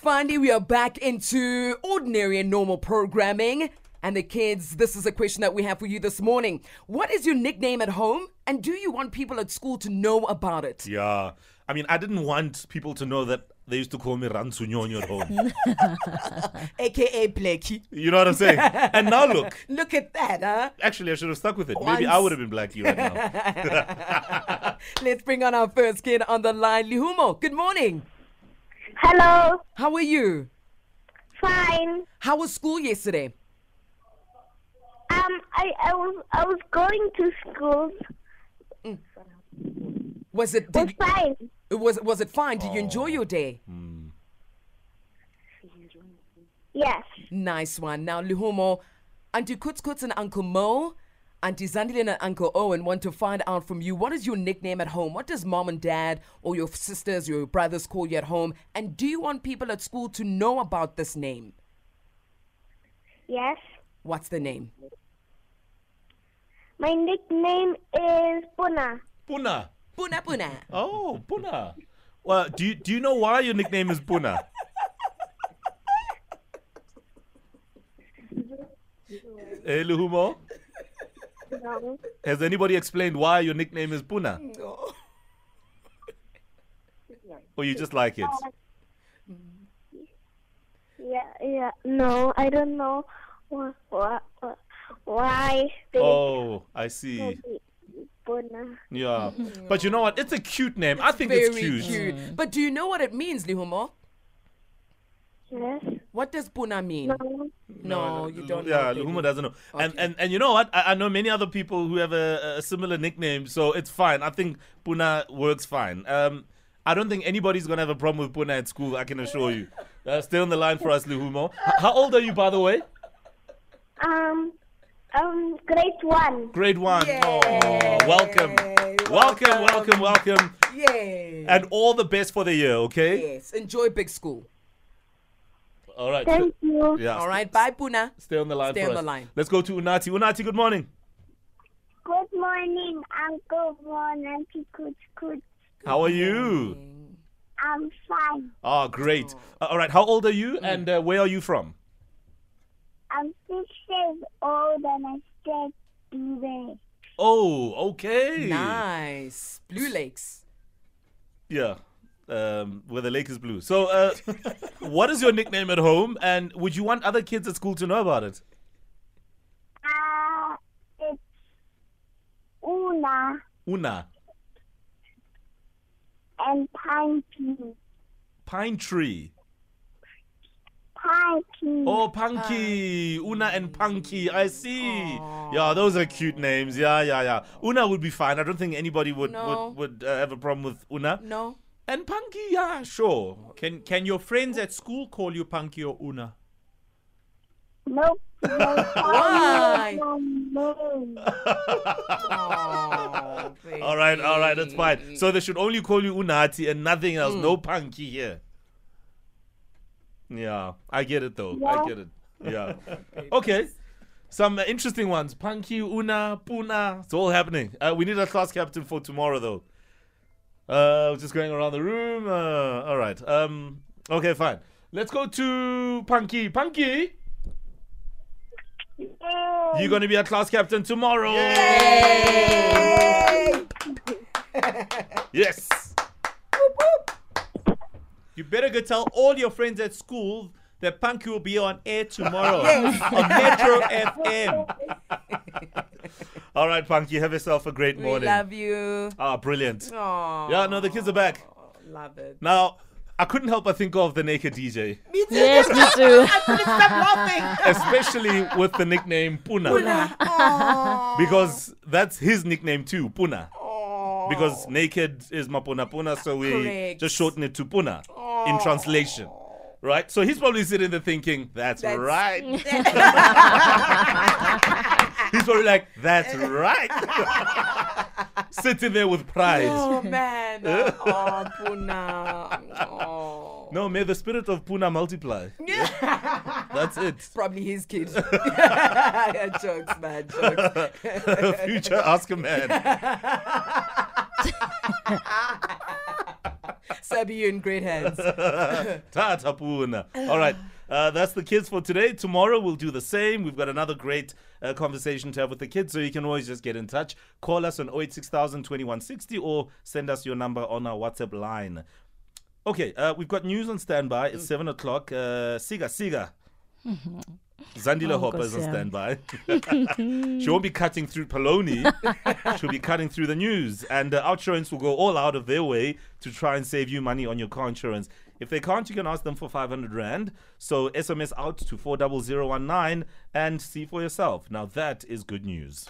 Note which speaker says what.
Speaker 1: Finally, we are back into ordinary and normal programming. And the kids, this is a question that we have for you this morning. What is your nickname at home? And do you want people at school to know about it?
Speaker 2: Yeah. I mean, I didn't want people to know that they used to call me Ransunyonyo at home.
Speaker 1: AKA Blackie.
Speaker 2: you know what I'm saying? And now look,
Speaker 1: Look at that, huh?
Speaker 2: actually, I should have stuck with it. Maybe I
Speaker 1: Once.
Speaker 2: would have been Blackie right now.
Speaker 1: Let's bring on our first kid on the line, Lihumo. Good morning.
Speaker 3: Hello.
Speaker 1: How are you?
Speaker 3: Fine.
Speaker 1: How was school yesterday?
Speaker 3: Um, I, I was I was going to school.
Speaker 1: Was it
Speaker 3: It was
Speaker 1: did,
Speaker 3: fine.
Speaker 1: was was it fine? Did you enjoy your day?
Speaker 3: Yes.
Speaker 1: Nice one. Now, Lihumo, Auntie Kutz Kutz and Uncle Mo, Auntie Zandile and Uncle Owen want to find out from you what is your nickname at home? What does mom and dad or your sisters, your brothers call you at home? And do you want people at school to know about this name?
Speaker 3: Yes.
Speaker 1: What's the name?
Speaker 3: My nickname is Buna.
Speaker 2: Puna.
Speaker 1: Puna Puna.
Speaker 2: Oh, Puna. Well, do you, do you know why your nickname is Puna? Hey, Eh, Luhumo,
Speaker 3: No.
Speaker 2: has anybody explained why your nickname is Puna?
Speaker 1: Oh.
Speaker 2: Or Oh, you just like it?
Speaker 3: Yeah. Yeah. No. I don't know wh- wh- wh- why they
Speaker 2: Oh, I see.
Speaker 3: call me Buna.
Speaker 2: Yeah. But you know what? It's a cute name. I think it's
Speaker 1: Very cute. But do you know what it means, Lihumo?
Speaker 3: Yes.
Speaker 1: What does Puna mean?
Speaker 3: No.
Speaker 1: No, Oh, you don't
Speaker 2: Yeah,
Speaker 1: know. baby.
Speaker 2: Luhuma doesn't know. And, and and you know what? I, I know many other people who have a, a similar nickname, so it's fine. I think Puna works fine. Um, I don't think anybody's gonna have a problem with Puna at school. I can assure you. Uh, stay on the line for us, Luhumo. H- how old are you, by the way?
Speaker 3: Um. Um. Grade one.
Speaker 2: Grade one. Oh, welcome. welcome, welcome, welcome,
Speaker 1: Yay.
Speaker 2: and all the best for the year. Okay.
Speaker 1: yes. Enjoy big school.
Speaker 2: All right.
Speaker 3: Thank you.
Speaker 2: yeah.
Speaker 1: All right. Bye, Puna.
Speaker 2: Stay on the line.
Speaker 1: Stay
Speaker 2: for
Speaker 1: on the
Speaker 2: us.
Speaker 1: line.
Speaker 2: Let's go to Unati. Unati, good morning.
Speaker 3: Good morning, Uncle Ron and Picoot Coot.
Speaker 2: How are you?
Speaker 3: I'm fine.
Speaker 2: Ah, great. Uh, all right. How old are you, and uh, where are you from?
Speaker 3: I'm six years old and I said today.
Speaker 2: Oh, okay.
Speaker 1: Nice. Blue Lakes.
Speaker 2: Yeah. Um, where the lake is blue. So, uh, what is your nickname at home? And would you want other kids at school to know about it?
Speaker 3: Uh, it's Una
Speaker 2: Una,
Speaker 3: and Pine Pea.
Speaker 2: pine tree.
Speaker 3: Pine Pea.
Speaker 2: Oh, Punky. Una and Punky. I see. Yeah, those are cute names. Yeah, yeah, yeah. Una would be fine. I don't think anybody would
Speaker 1: No.
Speaker 2: would, would uh, have a problem with Una.
Speaker 1: No.
Speaker 2: And Punky, yeah, sure.
Speaker 4: Can can your friends at school call you Punky or Una?
Speaker 3: Nope. They
Speaker 1: Why?
Speaker 3: call me my name.
Speaker 1: Oh,
Speaker 2: All right, all right, that's fine. So they should only call you Unati and nothing else. No punky here. Yeah, I get it though. I
Speaker 3: Yeah.
Speaker 2: get it. Yeah. okay. Some uh, interesting ones. Punky, Una, Puna. It's all happening. Uh, we need a class captain for tomorrow though. Uh, just going around the room. Uh, all right. Um. Okay, fine. Let's go to Punky. Punky, you're gonna be a class captain tomorrow. Yes.
Speaker 4: You better go tell all your friends at school that Punky will be on air tomorrow on Metro FM.
Speaker 2: All right, Punky. Have yourself a great
Speaker 1: We
Speaker 2: morning.
Speaker 1: love you.
Speaker 2: Ah, brilliant.
Speaker 1: Aww.
Speaker 2: Yeah, no, the kids are back.
Speaker 1: Love it.
Speaker 2: Now, I couldn't help but think of the naked DJ,
Speaker 5: Yes, me too.
Speaker 2: especially with the nickname Puna. Because that's his nickname too, Puna. Because naked is Mapuna Puna, so we
Speaker 1: Oh. Correct. Oh.
Speaker 2: just shorten it to Puna in translation. Right? So he's probably sitting there thinking, that's,
Speaker 1: That's-
Speaker 2: right. he's probably like, that's right. sitting there with pride.
Speaker 1: Oh, man. Oh, Puna. Oh.
Speaker 2: No, may the spirit of Puna multiply. That's it.
Speaker 1: Probably his kid. jokes, man. Jokes.
Speaker 2: Future Oscar man.
Speaker 1: Sabi, you're in great hands.
Speaker 2: Tata Puna. All right. Uh, that's the kids for today. Tomorrow we'll do the same. We've got another great uh, conversation to have with the kids, so you can always just get in touch. Call us on 086,000 2160 or send us your number on our WhatsApp line. Okay, uh, we've got news on standby. It's 7 o'clock. Uh, Siga, Siga. Zandile
Speaker 5: Oh,
Speaker 2: Hopper is on
Speaker 5: Nkosiyam.
Speaker 2: standby. she won't be cutting through Poloni. She'll be cutting through the news. And uh, Outrance will go all out of their way to try and save you money on your car insurance. If they can't, you can ask them for 500 Rand. So SMS out to 40019 and see for yourself. Now, that is good news.